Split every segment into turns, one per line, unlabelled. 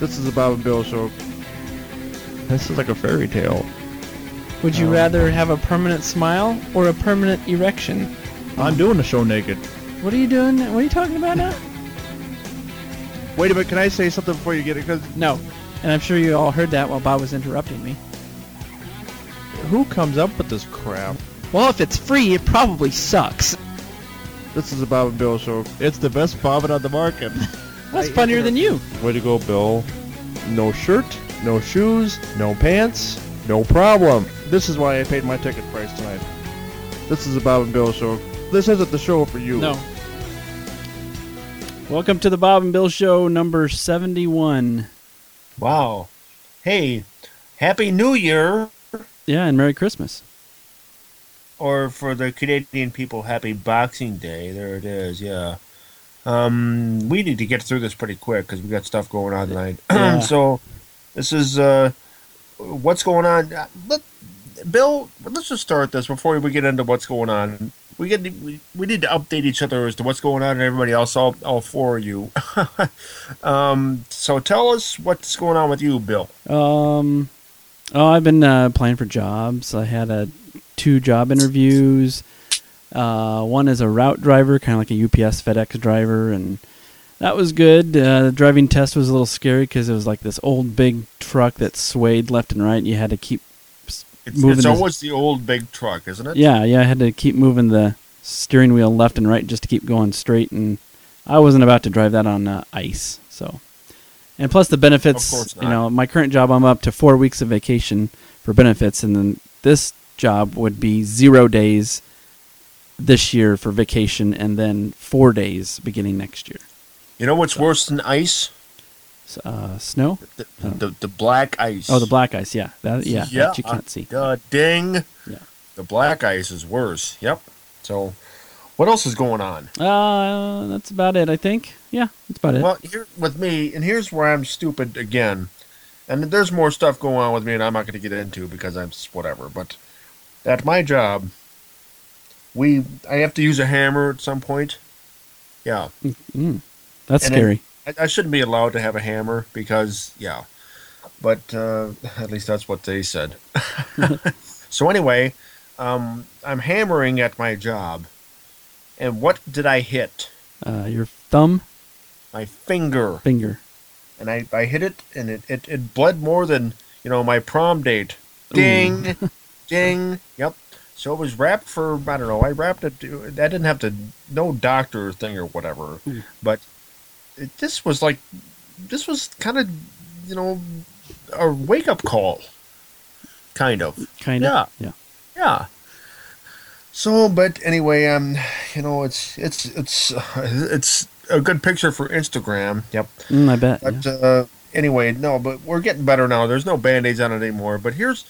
This is a Bob and Bill show. This is like a fairy tale.
Would you
Um,
rather have a permanent smile or a permanent erection?
I'm doing the show naked.
What are you doing? What are you talking about now?
Wait a minute, can I say something before you get it? Because
No. And I'm sure you all heard that while Bob was interrupting me.
who comes up with this crap?
Well, if it's free, it probably sucks.
This is a Bob and Bill show. It's the best bobbin on the market.
That's funnier than you.
Way to go, Bill. No shirt, no shoes, no pants, no problem. This is why I paid my ticket price tonight. This is a Bob and Bill show. This isn't the show for you.
No. Welcome to the Bob and Bill Show number 71.
Wow. Hey, Happy New Year,
Yeah, and Merry Christmas.
or for the Canadian people, Happy Boxing Day. There it is. Yeah. Um, we need to get through this pretty quick because we got stuff going on tonight.
Yeah.
so, this is uh, what's going on. Uh, Let, Bill, let's just start this before we get into what's going on. We get we, we need to update each other as to what's going on and everybody else. All all four of you. um, so tell us what's going on with you, Bill.
Um, oh, I've been uh, applying for jobs. I had uh two job interviews. Uh, one as a route driver, kind of like a UPS FedEx driver, and that was good. Uh, the driving test was a little scary because it was like this old big truck that swayed left and right. And you had to keep s-
It's,
moving.
it's
the-
always the old big truck, isn't it?
yeah, yeah. I had to keep moving the steering wheel left and right just to keep going straight, and I wasn't about to drive that on uh, ice. So, and plus the benefits,
Of course
you
not.
know, my current job I'm up to four weeks of vacation for benefits, and then this job would be zero days this year for vacation, and then four days beginning next year.
You know what's worse than ice?
S- uh, snow?
The, the, the black ice.
Oh, the black ice. Yeah, that, yeah,
Yeah,
that you can't see.
Duh, ding.
Yeah.
The black ice is worse. Yep. So, what else is going on?
Uh, that's about it, I think. Yeah, that's about it.
Well, here with me, and here's where I'm stupid again. And there's more stuff going on with me, and I'm not going to get into because I'm s- whatever. But at my job, we I have to use a hammer at some point. Yeah.
Mm, that's
and it-
scary.
I, I shouldn't be allowed to have a hammer because, yeah. But uh, at least that's what they said. so anyway, um, I'm hammering at my job, and what did I hit?
uh, your thumb
My finger,
finger.
and I, I hit it, and it, it, it bled more than you know my prom date. Ding, ding. Yep. So it was wrapped for I don't know. I wrapped it. I didn't have to no doctor thing or whatever.
Ooh.
But it, this was like this was kind of you know a wake up call, kind of.
Kind of.
Yeah.
Yeah.
Yeah. So, but anyway, um, you know, it's it's it's it's a good picture for Instagram. Yep.
Mm, I bet.
But uh, anyway, no, but we're getting better now. There's no band-aids on it anymore. But here's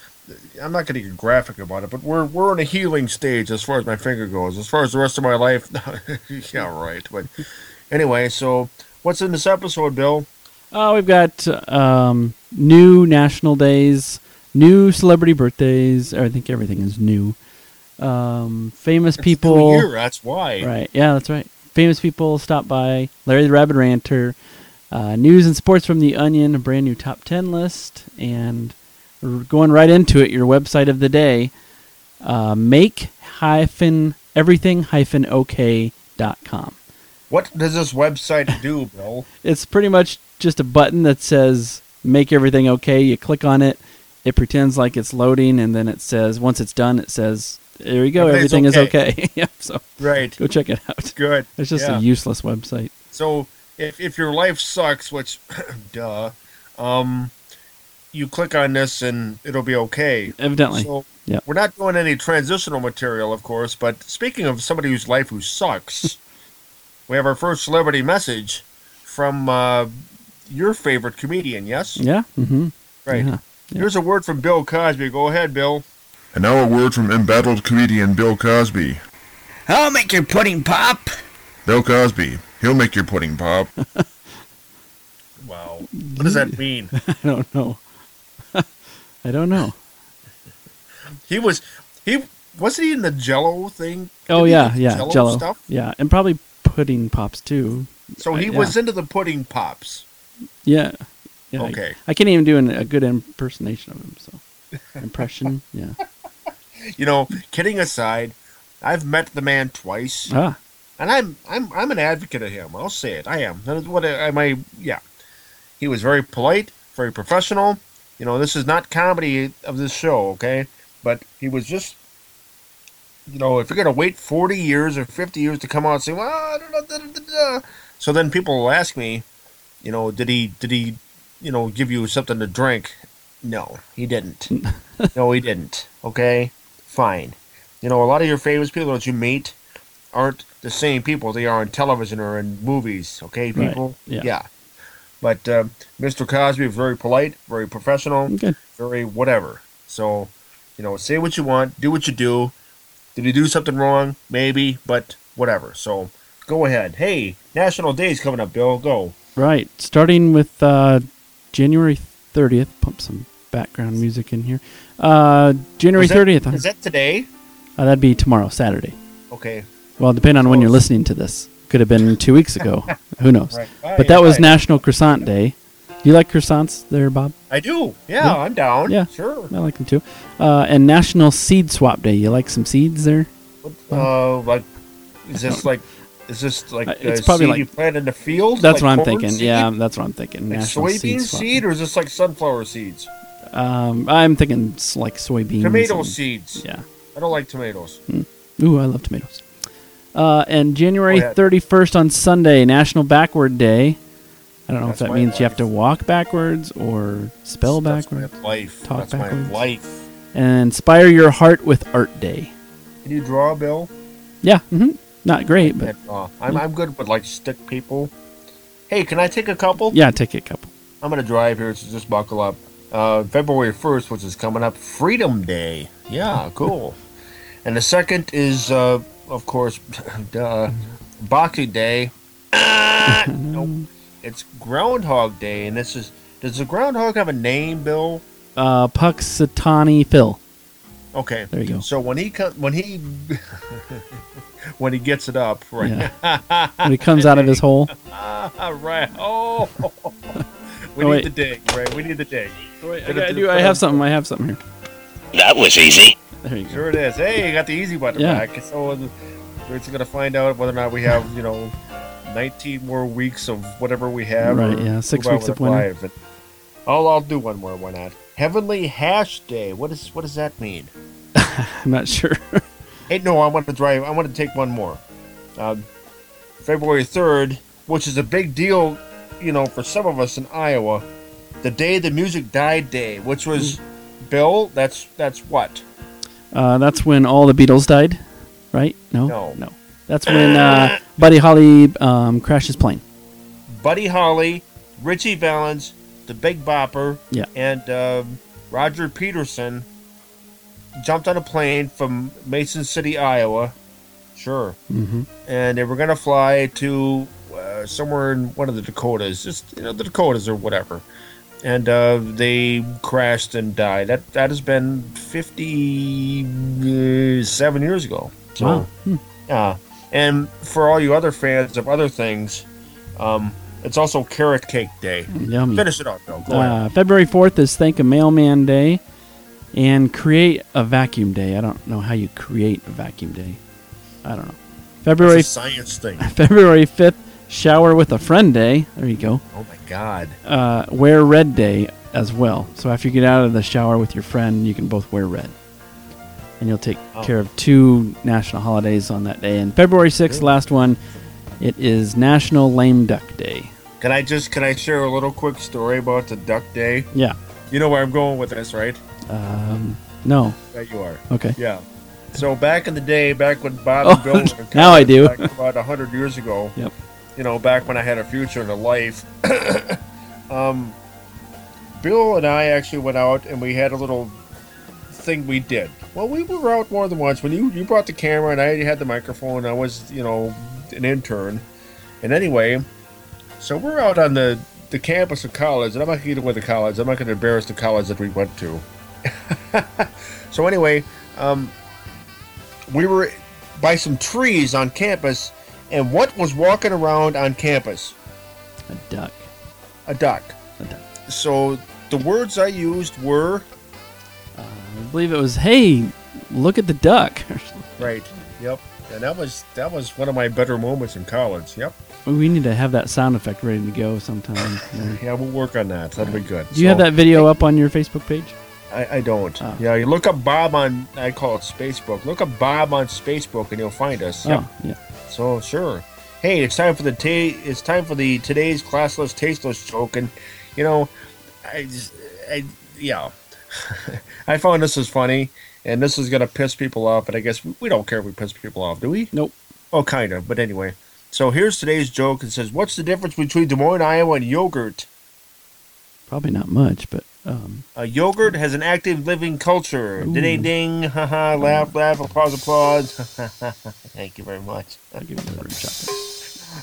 I'm not going to get graphic about it, but we're we're in a healing stage as far as my finger goes. As far as the rest of my life, yeah, right. But anyway, so what's in this episode, Bill?
yeah. Uh, we've got um, new national days, new celebrity birthdays. I think everything is new. Um, famous
It's
people.
New year, that's why.
Right. Yeah, that's right. Famous people stop by. Larry the Rabbit Ranter. Uh, news and sports from The Onion, a brand new top 10 list. And we're going right into it, your website of the day uh, make hyphen everything hyphen okay dot com.
What does this website do, Bill?
it's pretty much just a button that says make everything okay you click on it it pretends like it's loading and then it says once it's done it says there you go everything is
Everything's
okay yep so
right.
go check it out
Good.
it's just
Yeah.
a useless website
So if if your life sucks, which duh, um, you click on this and it'll be okay.
evidently
So
Yeah.
we're not doing any transitional material, of course. But speaking of somebody whose life who sucks, we have our first celebrity message from uh, your favorite comedian. Yes,
yeah mm-hmm
right.
yeah.
Here's a word from Bill Cosby. Go ahead, Bill.
And now a word from embattled comedian Bill Cosby.
I'll make your pudding pop.
Bill Cosby, he'll make your pudding pop.
Oh,
Wow, what does that mean?
i don't know i don't know
he was he wasn't he in the Jello thing?
oh
Did he
yeah
do
yeah
Jell-O
jello
stuff?
yeah and probably pudding pops too
So he
Uh, yeah.
was into the pudding pops.
yeah Yeah, I-
Okay.
I, can't even do an, a good impersonation of him. So impression, yeah.
You know, kidding aside, I've met the man twice,
Ah,
and I'm I'm I'm an advocate of him. I'll say it. I am. That is what I, I my yeah. He was very polite, very professional. You know, this is not comedy of this show, okay? But he was just. You know, if you're gonna wait 40 years or 50 years to come out and say, well, I don't know, da, da, da, da," so then people will ask me, you know, did he did he, you know, give you something to drink? No, he didn't. no, he didn't. Okay, fine. You know, a lot of your famous people that you meet aren't the same people they are on television or in movies. Okay,
Right,
people.
yeah.
But uh, Mr. Cosby, very polite, very professional,
okay.
very whatever. So, you know, say what you want, do what you do. Did he do something wrong? Maybe, but whatever. So, go ahead. Hey, National Day's coming up, Bill. Go.
Right. Starting with uh, January 30th. Pump some background music in here. Uh, January
Is that-
30th. huh?
Is that today?
Uh, that'd be tomorrow, Saturday.
Okay.
Well, depending on when you're
Close.
listening to this. Could have been two weeks ago. Who knows?
Right.
But that was
Right.
National Croissant Day. Do you like croissants there, Bob?
I do. Yeah,
Yeah.
I'm down.
Yeah.
Sure.
I like them too. Uh, and National Seed Swap Day. You like some seeds there?
Uh, like, is this like, is this like
Uh,
uh,
it's probably
seed
like-
you plant in the field?
That's
Like
what I'm
corn
thinking.
seed?
Yeah, that's what I'm thinking.
Like
National
soybean
Swap
seed, or is this like sunflower seeds?
Day. Um, I'm thinking s- like soybeans.
Tomato
and-
seeds.
Yeah.
I don't like tomatoes.
Ooh, I love tomatoes. Uh, and January
Oh, yeah.
31st on Sunday, National Backward Day. I don't know
That's
if that
my
means you have
life.
to walk backwards or spell
That's
backwards.
my life.
Talk
That's
backwards.
my life.
And Inspire Your Heart with Art Day.
Can you draw, Bill?
Yeah, hmm not great, but
And, uh, I'm I'm good with like stick people. Hey, can I take a couple?
yeah, take it a couple.
I'm gonna drive here, so just buckle up. Uh, February 1st, which is coming up, Freedom Day. Yeah, cool. and the second is, uh, of course, duh, Boxing Day. Ah, nope. It's Groundhog Day, and this is. Does the groundhog have a name, Bill?
Uh, Puxatani Phil.
Okay.
There you go.
So when he comes, when he when he gets it up, right?
Yeah. When he comes out of his hole.
Ah, right. Oh, we
Oh,
need
wait.
the dig, right? We need the dig.
Wait,
I gotta do-
I have something. I have something here.
That was easy.
There you go.
Sure it is. Hey, you got the easy button
Yeah.
back. So uh, we're just gonna find out whether or not we have, you know, 19 more weeks of whatever we have.
Right,
or
yeah, six
move on
weeks
with
of winter.
life. And I'll I'll do one more. Why not? Heavenly Hash Day. What is what does that mean?
I'm not sure.
Hey, no, I want to drive. I want to take one more. Um, February 3rd, which is a big deal, you know, for some of us in Iowa. The day the music died day, which was Bill. That's that's what.
Uh, that's when all the Beatles died, right? No,
No.
That's when uh, Buddy Holly um, crashed his plane.
Buddy Holly, Richie Valens, the Big Bopper,
Yeah.
and um, Roger Peterson jumped on a plane from Mason City, Iowa. Sure.
Mm-hmm.
And they were going to fly to uh, somewhere in one of the Dakotas, just, you know, the Dakotas or whatever. And uh, they crashed and died. That that has been 57 years ago. So,
Wow. Hmm.
yeah. And for all you other fans of other things, um, it's also Carrot Cake Day.
Yummy.
Finish it off, Bill. Go ahead.
Hmm. Uh, February 4th is Thank a Mailman Day and Create a Vacuum Day. I don't know how you create a vacuum day. I don't know. February
It's a science thing.
February 5th, Shower with a Friend Day. There you go.
Oh my God.
Uh, wear Red Day as well. So after you get out of the shower with your friend, you can both wear red. And you'll take
Oh.
care of two national holidays on that day. And February 6th, last one, it is National Lame Duck Day.
Can I just can I share a little quick story about the Duck Day?
Yeah.
You know where I'm going with this, right?
Um, no.
There you are.
Okay.
Yeah. So back in the day, back when Bob
Oh,
and Bill were in
now I
college,
do.
back about hundred years ago.
Yep.
You know, back when I had a future and a life. um, Bill and I actually went out and we had a little thing we did. Well, we were out more than once. When you you brought the camera and I had the microphone, I was you know an intern. And anyway, so we're out on the the campus of college, and I'm not going to get away the college. I'm not going to embarrass the college that we went to. so anyway, um, we were by some trees on campus, and what was walking around on campus?
A duck.
A duck.
A duck.
So the words I used were
I believe it was, "Hey, look at the duck."
right. Yep. And that was that was one of my better moments in college. Yep.
we need to have that sound effect ready to go sometime. Yeah.
Yeah, we'll work on that. That'll be good.
Do you have
So-
that video up on your Facebook page?
I, I don't.
Oh.
Yeah, you look up Bob on. I call it Spacebook. Look up Bob on Spacebook, and you'll find us. Yep.
Oh, yeah.
So sure. Hey, it's time for the ta- it's time for the today's classless, tasteless joke, and you know, I just, I yeah, I found this is funny, and this is gonna piss people off, but I guess we, we don't care if we piss people off, do we?
Nope.
Oh, kind of, but anyway. So here's today's joke. It says, "What's the difference between Des Moines, Iowa, and yogurt?
Probably not much, but um,
A yogurt has an active living culture.
Ooh.
Ding, ding, haha, laugh, laugh, applause, applause. Thank you very much."
I'll give you the word chocolate.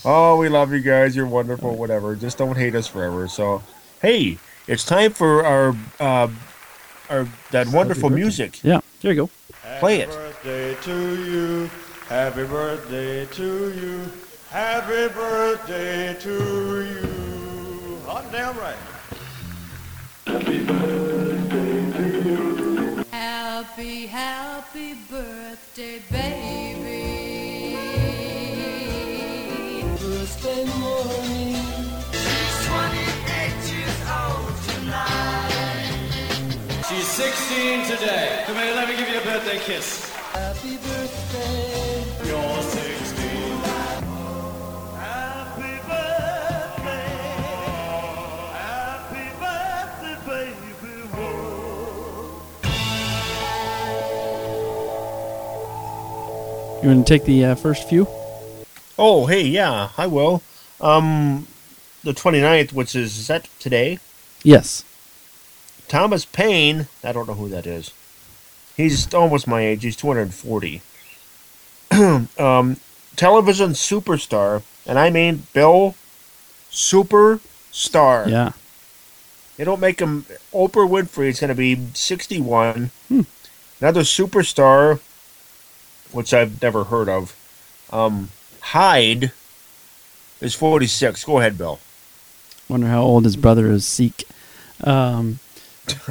Oh, we love you guys. You're wonderful. Whatever. Just don't hate us forever. So, hey, it's time for our uh, our that wonderful
birthday.
music.
Yeah, there you go.
Play it.
Birthday to you. Happy birthday to you. Happy birthday to you. Hot damn right.
Happy, happy birthday, baby. Birthday morning. She's 28 years old tonight.
She's 16 today. Come here, let me give you a birthday kiss.
Happy birthday.
You're 16. Happy birthday. Happy birthday, baby. Whoa.
You want to take the uh, first few?
Oh, hey, yeah, I will. Um, the 29th, which is set today.
Yes.
Thomas Paine. I don't know who that is. He's almost my age. He's 240. um, television superstar, and I mean Bill Superstar.
Yeah.
They don't make him. Oprah Winfrey is going to be 61.
Hmm.
Another superstar, which I've never heard of. Um, Hyde is 46. Go ahead, Bill.
Wonder how old his brother is. Seek. Um,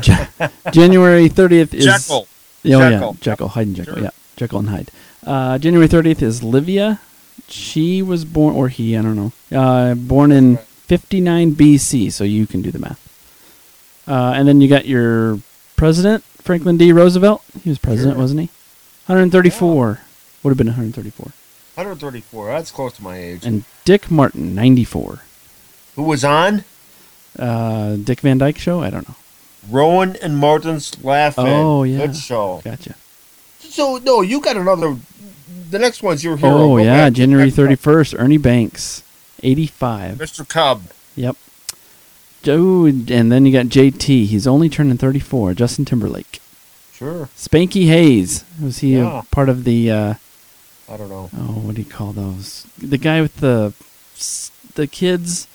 Ja- January thirtieth is.
Jekyll.
Yeah, Oh,
Jekyll.
yeah, Jekyll, Hyde and Jekyll.
Sure.
Yeah, Jekyll and Hyde. Uh, January 30th is Livia. She was born, or he, I don't know, uh, born in 59 BC, so you can do the math. Uh, and then you got your president, Franklin D. Roosevelt. He was president, wasn't he? 134. Would have been 134.
134. That's close to my age.
And Dick Martin, 94.
Who was on?
Uh, Dick Van Dyke Show? I don't know.
Rowan and Martin's Laughing.
Oh, yeah.
Good show.
Gotcha.
So, no, you got another. The next one's your hero.
Oh,
Go
yeah.
back.
January
Next one.
31st, Ernie Banks, 85.
Mr. Cobb.
Yep. Oh, and then you got JT. He's only turning 34. Justin Timberlake.
Sure.
Spanky Hayes. Was he a
Yeah.
part of the, uh,
I don't know.
oh, what do you call those? The guy with the the kids.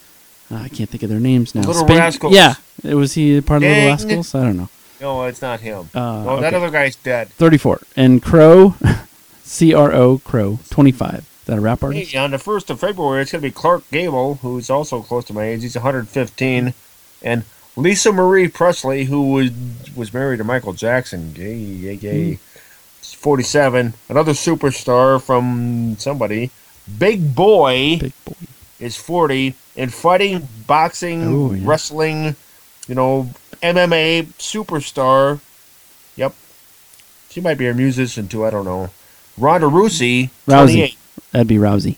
Ah, I can't think of their names now.
Little Rascals.
Yeah. Was he a part of Little
Dang.
Rascals? I don't know.
No, it's not him.
Uh,
no, that
okay.
other guy's dead.
34. And Crow, C R O, Crow, 25. Is that a rap artist?
Hey, on the 1st of February, it's going to be Clark Gable, who's also close to my age. He's 115. And Lisa Marie Presley, who was, was married to Michael Jackson. Gay, gay,
Hmm.
gay. She's 47. Another superstar from somebody. Big Boy
Big boy.
is 40. And fighting, boxing,
Oh, yeah.
wrestling, you know, MMA superstar. Yep. She might be a musician too. I don't know. Ronda Rousey,
Rousey.
28.
That'd be Rousey.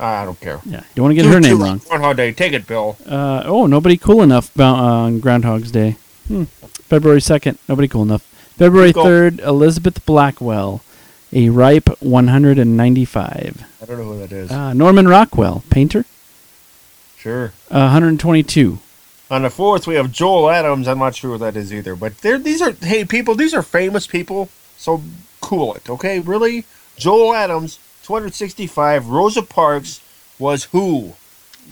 I don't care.
Yeah. Don't want to get her name wrong.
Groundhog Day. Take it, Bill.
Uh, oh, nobody cool enough about, on Groundhog's Day. Hmm. February 2nd, nobody cool enough. February
Cool.
3rd, Elizabeth Blackwell, a ripe 195.
I don't know who that is.
Uh, Norman Rockwell, painter,
sure.
uh, 122.
On the fourth, we have Joel Adams. I'm not sure who that is either. But there, these are hey people. These are famous people. So cool it, okay? Really, Joel Adams, 265. Rosa Parks was who?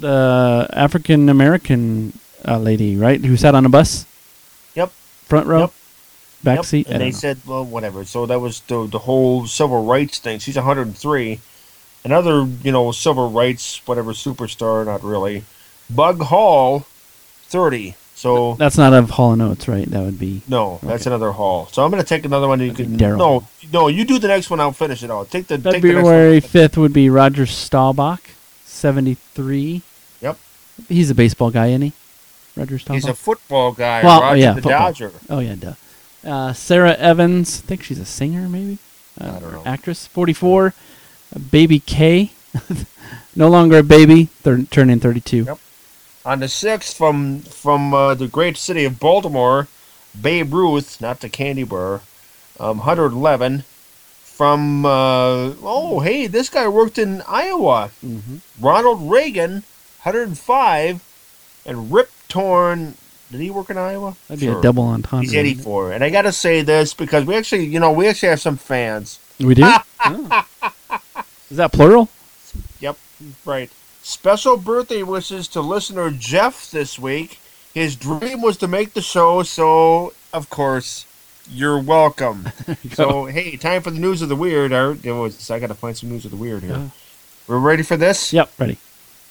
The African American uh, lady, right, who sat on a bus?
Yep.
Front row?
Yep.
Back
Yep,
seat? I
And they
don't know.
said, well, whatever. So that was the the whole civil rights thing. She's 103. Another, you know, civil rights, whatever, superstar, not really. Bug Hall, thirty. So
That's not of Hall and Oates, right? That would be.
no, that's
Okay.
another haul. So I'm gonna take another one. You
That'd
can
be Daryl.
no, no. You do the next one. I'll finish it all. Take the take the next
February fifth would be Roger Staubach, seventy three.
Yep.
He's a baseball guy, isn't he? Roger
one.
Staubach.
He's a football guy.
Well,
Roger
yeah,
the
football.
Dodger.
Oh yeah, duh. Uh, Sarah Evans, I think she's a singer, maybe. Uh,
I don't know.
Actress, forty-four. Baby K, no longer a baby, thir- turning thirty-two.
Yep. On the sixth, from from uh, the great city of Baltimore, Babe Ruth, not the candy bar, um, 111. From uh, oh hey, this guy worked in Iowa.
Mhm.
Ronald Reagan, 105, and Rip Torn. Did he work in Iowa?
That'd be
Sure.
a double entendre.
He's
wouldn't it?
84, and I gotta say this because we actually, you know, we actually have some fans.
We do. Oh. Is that plural?
Yep, right. Special birthday wishes to listener Jeff this week. His dream was to make the show, so of course, you're welcome. so hey, time for the news of the weird. I, it was- I gotta find some news of the weird here.
Yeah.
We're ready for this?
Yep. Ready.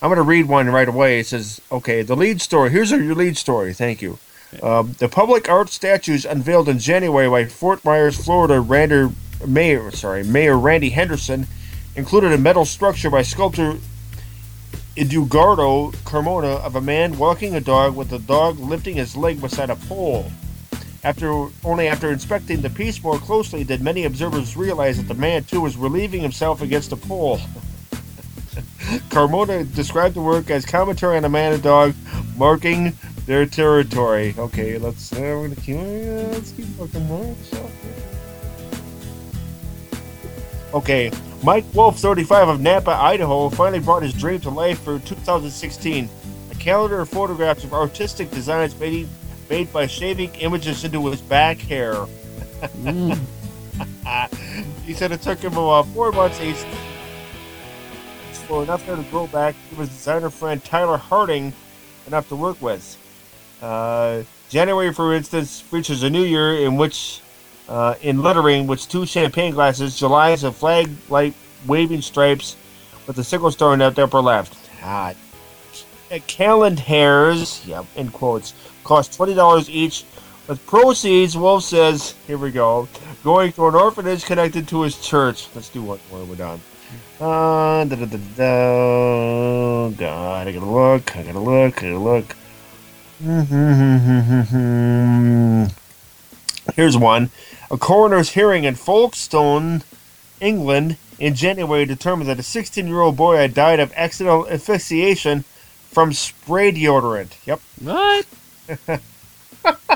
I'm going to read one right away. It says, okay, the lead story. Here's your lead story. Thank you. Um, the public art statues unveiled in January by Fort Myers, Florida, Rander, Mayor, sorry, Mayor Randy Henderson, included a metal structure by sculptor Eduardo Carmona of a man walking a dog with the dog lifting his leg beside a pole. After only after inspecting the piece more closely did many observers realize that the man too was relieving himself against a pole. Carmona described the work as commentary on a man and dog marking their territory. Okay, let's uh, we're gonna keep uh, let's keep looking more. Okay, Mike Wolf, 35 of Napa, Idaho, finally brought his dream to life for 2016. A calendar of photographs of artistic designs made, made by shaving images into his back hair.
Mm.
He said it took him about four months each for enough hair to grow back. He was designer friend Tyler Harding enough to work with. Uh, January, for instance, features a new year in which, uh, in lettering, with two champagne glasses. July is a flag light waving stripes with a single star in the upper left. Ah, calendars, yep, in quotes, cost twenty dollars each. With proceeds, Wolf says, here we go, going to an orphanage connected to his church. Let's do one more. We're done. Uh, da, da, da, da, God, I gotta look. I gotta look. I gotta look. Mm-hmm. Here's one. A coroner's hearing in Folkestone, England, in January determined that a 16 year old boy had died of accidental asphyxiation from spray deodorant. Yep.
What?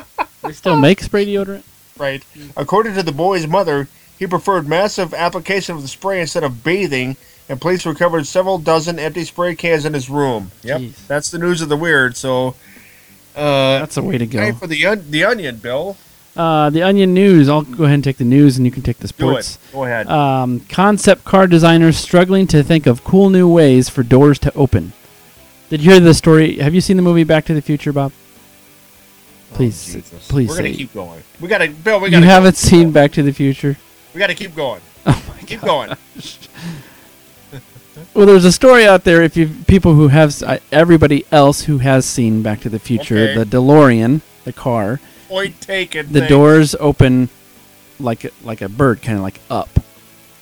they still make spray deodorant.
Right. According to the boy's mother, he preferred massive application of the spray instead of bathing, and police recovered several dozen empty spray cans in his room. Yep.
Jeez.
That's the news of the weird. So, uh,
That's the way to go.
time for the on- the onion, Bill.
Uh, the Onion News. I'll go ahead and take the news, and you can take the
Do
sports.
it. Go ahead.
Um, concept car designers struggling to think of cool new ways for doors to open. Did you hear the story? Have you seen the movie Back to the Future, Bob? Please,
Oh, Jesus.
please.
We're gonna
say-
keep going. We gotta, Bill. We
you
gotta.
haven't seen Back to the Future.
We gotta keep going.
Oh my god.
Keep going.
Well, there's a story out there. If you people who have s- uh, everybody else who has seen Back to the Future,
Okay.
the DeLorean, the car,
Point taken.
the
thanks.
doors open like a- like a bird, kind of like up,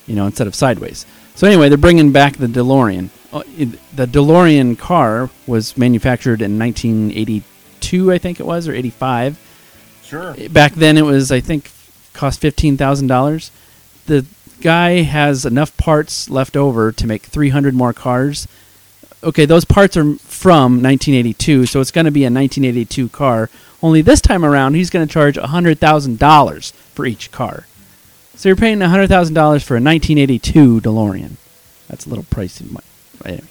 you know, instead of sideways. So anyway, they're bringing back the DeLorean. Uh, it- The DeLorean car was manufactured in 1982, I think it was, or 85.
Sure.
Back then, it was I think cost fifteen thousand dollars. The guy has enough parts left over to make 300 more cars. Okay, those parts are from 1982, so it's going to be a 1982 car. Only this time around, he's going to charge $100,000 for each car. So you're paying $100,000 for a 1982 DeLorean. That's a little pricey. mu- Anyway.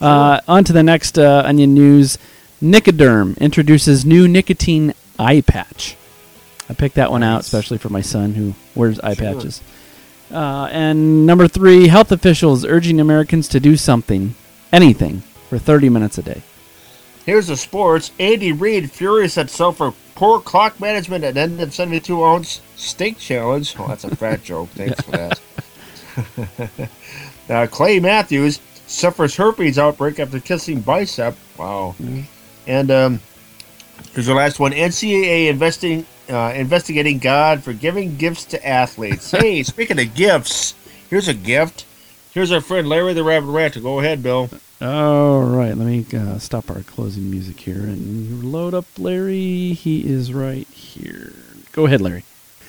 Uh, on to the next uh, Onion News. Nicoderm introduces new nicotine eye patch. I picked that one out especially for my son who wears eye
Sure.
patches. Uh, and number three, health officials urging Americans to do something, anything, for 30 minutes a day.
Here's the sports. Andy Reid furious at self for poor clock management at end of 72 ounce steak challenge. Oh, that's a fat joke. Thanks for that. now, Clay Matthews suffers herpes outbreak after kissing bicep. Wow. And um, Here's the last one. NCAA investing uh, investigating God for giving gifts to athletes. hey, speaking of gifts, here's a gift. Here's our friend Larry the Rabbit Rancher. Go ahead, Bill.
All right, let me uh, stop our closing music here and load up Larry. He is right here. Go ahead, Larry.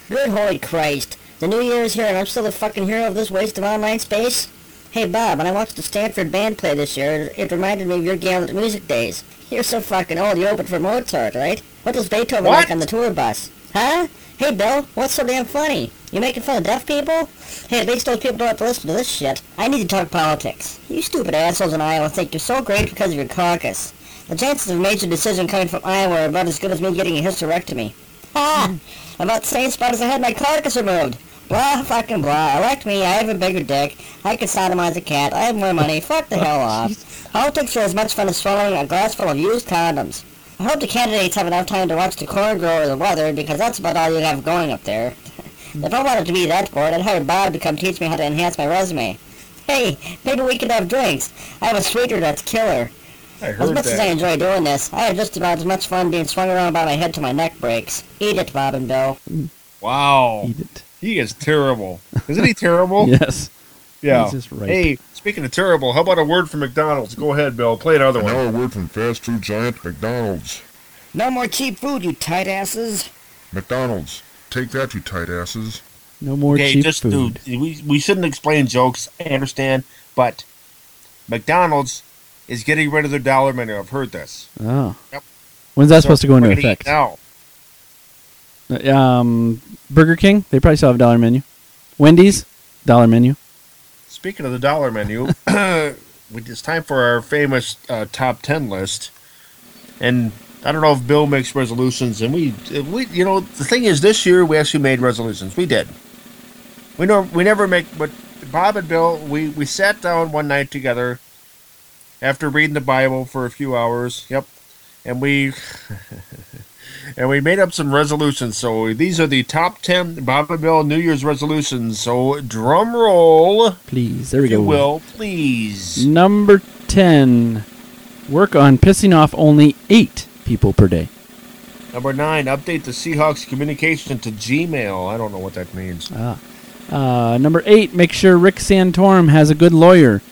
Good holy Christ. The new year is here and I'm still the fucking hero of this waste of online space? Hey Bob, when I watched the Stanford band play this year, it reminded me of your gallant music days. You're so fucking old, you opened for Mozart, right? What does Beethoven
What?
like on the tour bus? Huh? Hey Bill, what's so damn funny? You making fun of deaf people? Hey, at least those people don't have to listen to this shit. I need to talk politics. You stupid assholes in Iowa think you're so great because of your caucus. The chances of a major decision coming from Iowa are about as good as me getting a hysterectomy. Ah. Ha! I'm about the same spot as I had my carcass removed. Blah, fucking blah. Elect me. I have a bigger dick. I can sodomize a cat. I have more money. Fuck the hell off. Politics are as much fun as swallowing a glass full of used condoms. I hope the candidates have enough time to watch the corn grow or the weather because that's about all you have going up there. if I wanted to be that bored, I'd hire Bob to come teach me how to enhance my resume. Hey, maybe we could have drinks. I have a sweeter that's killer.
I
As
heard
much as I
that.
enjoy doing this, I have just about as much fun being swung around by my head till my neck breaks. Eat it, Bob and Bill.
Wow.
Eat it.
He is terrible. Isn't he terrible?
Yes.
Yeah.
He's just right.
Hey, speaking of terrible, how about a word from McDonald's? Go ahead, Bill. Play another
And
one.
now a word from fast food giant McDonald's.
No more cheap food, you tight asses.
McDonald's, take that, you tight asses.
No more
okay,
cheap
just
food.
dude, we we shouldn't explain jokes. I understand, but McDonald's is getting rid of their dollar menu. I've heard this.
Oh.
Yep.
When's that
So
supposed to go
we're
into
gonna eat
effect?
now.
Um, Burger King. They probably still have a dollar menu. Wendy's dollar menu.
Speaking of the dollar menu, we- it's time for our famous uh, top ten list, and I don't know if Bill makes resolutions, and we we you know the thing is this year we actually made resolutions. We did. We know we never make, but Bob and Bill we we sat down one night together after reading the Bible for a few hours. Yep, and we. And we made up some resolutions. So these are the top 10 Bob and Bill New Year's resolutions. So drum roll.
Please. There we
If you
go.
will, please.
Number ten. Work on pissing off only eight people per day.
Number nine, update the Seahawks communication to Gmail. I don't know what that means.
Uh, number eight. Make sure Rick Santorum has a good lawyer.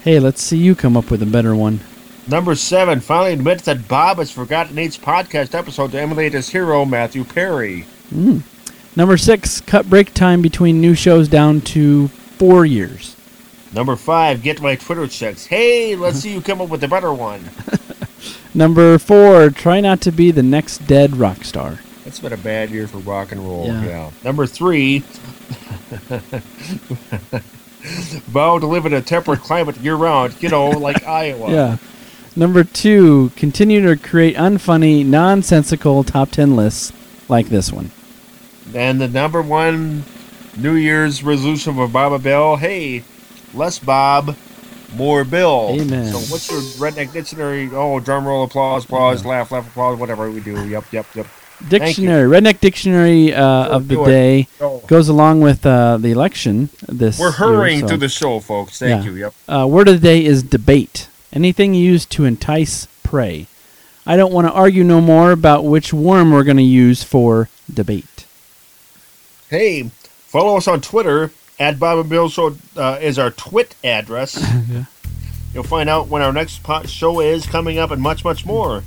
Hey, let's see you come up with a better one.
Number seven, finally admit that Bob has forgotten each podcast episode to emulate his hero, Matthew Perry.
Number six. Cut break time between new shows down to four years.
Number five, get my Twitter checks. Hey, let's see you come up with a better one.
Number four. Try not to be the next dead rock star.
It's been a bad year for rock and roll.
Yeah.
Yeah. Number three, vow to live in a temperate climate year round, you know, like Iowa.
Yeah. Number two, continue to create unfunny, nonsensical top 10 lists like this one.
And the number one New Year's resolution for Bob Bell, hey, less Bob, more Bill.
Amen.
So what's your redneck dictionary? Oh, drum roll, applause, applause, laugh, laugh, applause, whatever we do. Yep, yep, yep.
Dictionary, Redneck Dictionary uh, of the
do it.
day
Go.
goes along with uh, the election this
Oh. We're hurrying
year, so-
through the show, folks. Thank
Yeah.
you. Yep.
Uh, word of the day is debate. Anything used to entice prey. I don't want to argue no more about which worm we're going to use for debate.
Hey, follow us on Twitter at Bob and Bill Show uh, is our twit address. You'll find out when our next po- show is coming up and much, much more.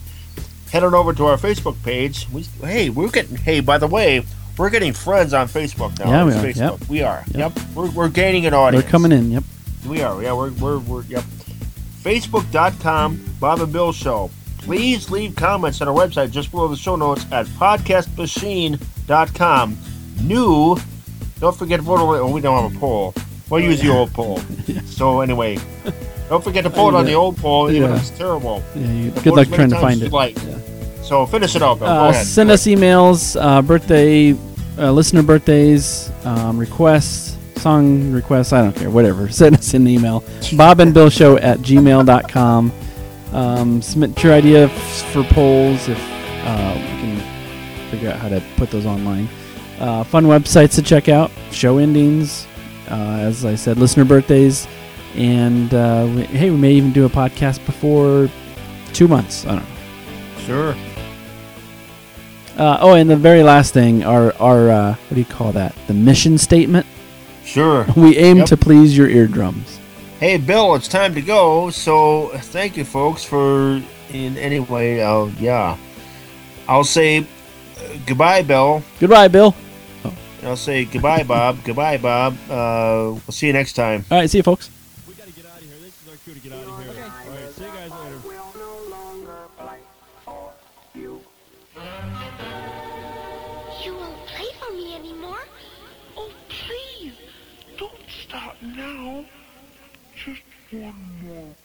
Head on over to our Facebook page. We, hey, we're getting. Hey, by the way, we're getting friends on Facebook now.
Yeah, we
It's
are.
Facebook. We are.
Yep.
Yep. We're, we're gaining an audience.
They're coming in. Yep.
We are. Yeah, we're, we're, we're yep. Facebook.com, Bob and Bill Show. Please leave comments on our website just below the show notes at podcastmachine.com. New, don't forget to vote. on- Oh, we don't have a poll. We'll use
Oh,
the old poll. So, anyway, don't forget to vote on the old poll, even
Yeah.
if it's terrible.
Yeah, you,
The
good
vote
luck
as
trying
many
to
times
find
as
it.
you Like. So, finish it out, Bill. Go
Uh,
ahead.
send us emails, uh, birthday, uh, listener birthdays, um, requests, song requests. I don't care, whatever. Send us an email. Bob and Bill Show at gmail.com. Um, submit your idea f- for polls if uh, we can figure out how to put those online. Uh, fun websites to check out, show endings, uh, as I said, listener birthdays. And uh, we, hey, we may even do a podcast before two months. I don't know.
Sure.
Uh, oh, and the very last thing, our our uh, what do you call that? The mission statement.
Sure.
We aim
Yep.
to please your eardrums.
Hey, Bill, it's time to go. So thank you, folks, for in any way. Uh, yeah, I'll say uh, goodbye, Bill.
Goodbye, Bill.
And I'll say goodbye, Bob. goodbye, Bob. Uh, we'll see you next time.
All right, see you, folks.
We gotta get out of here. This is our cue to get out of here. All right, see you guys later.
You won't play for me anymore? Oh, please. Don't stop now. Just one more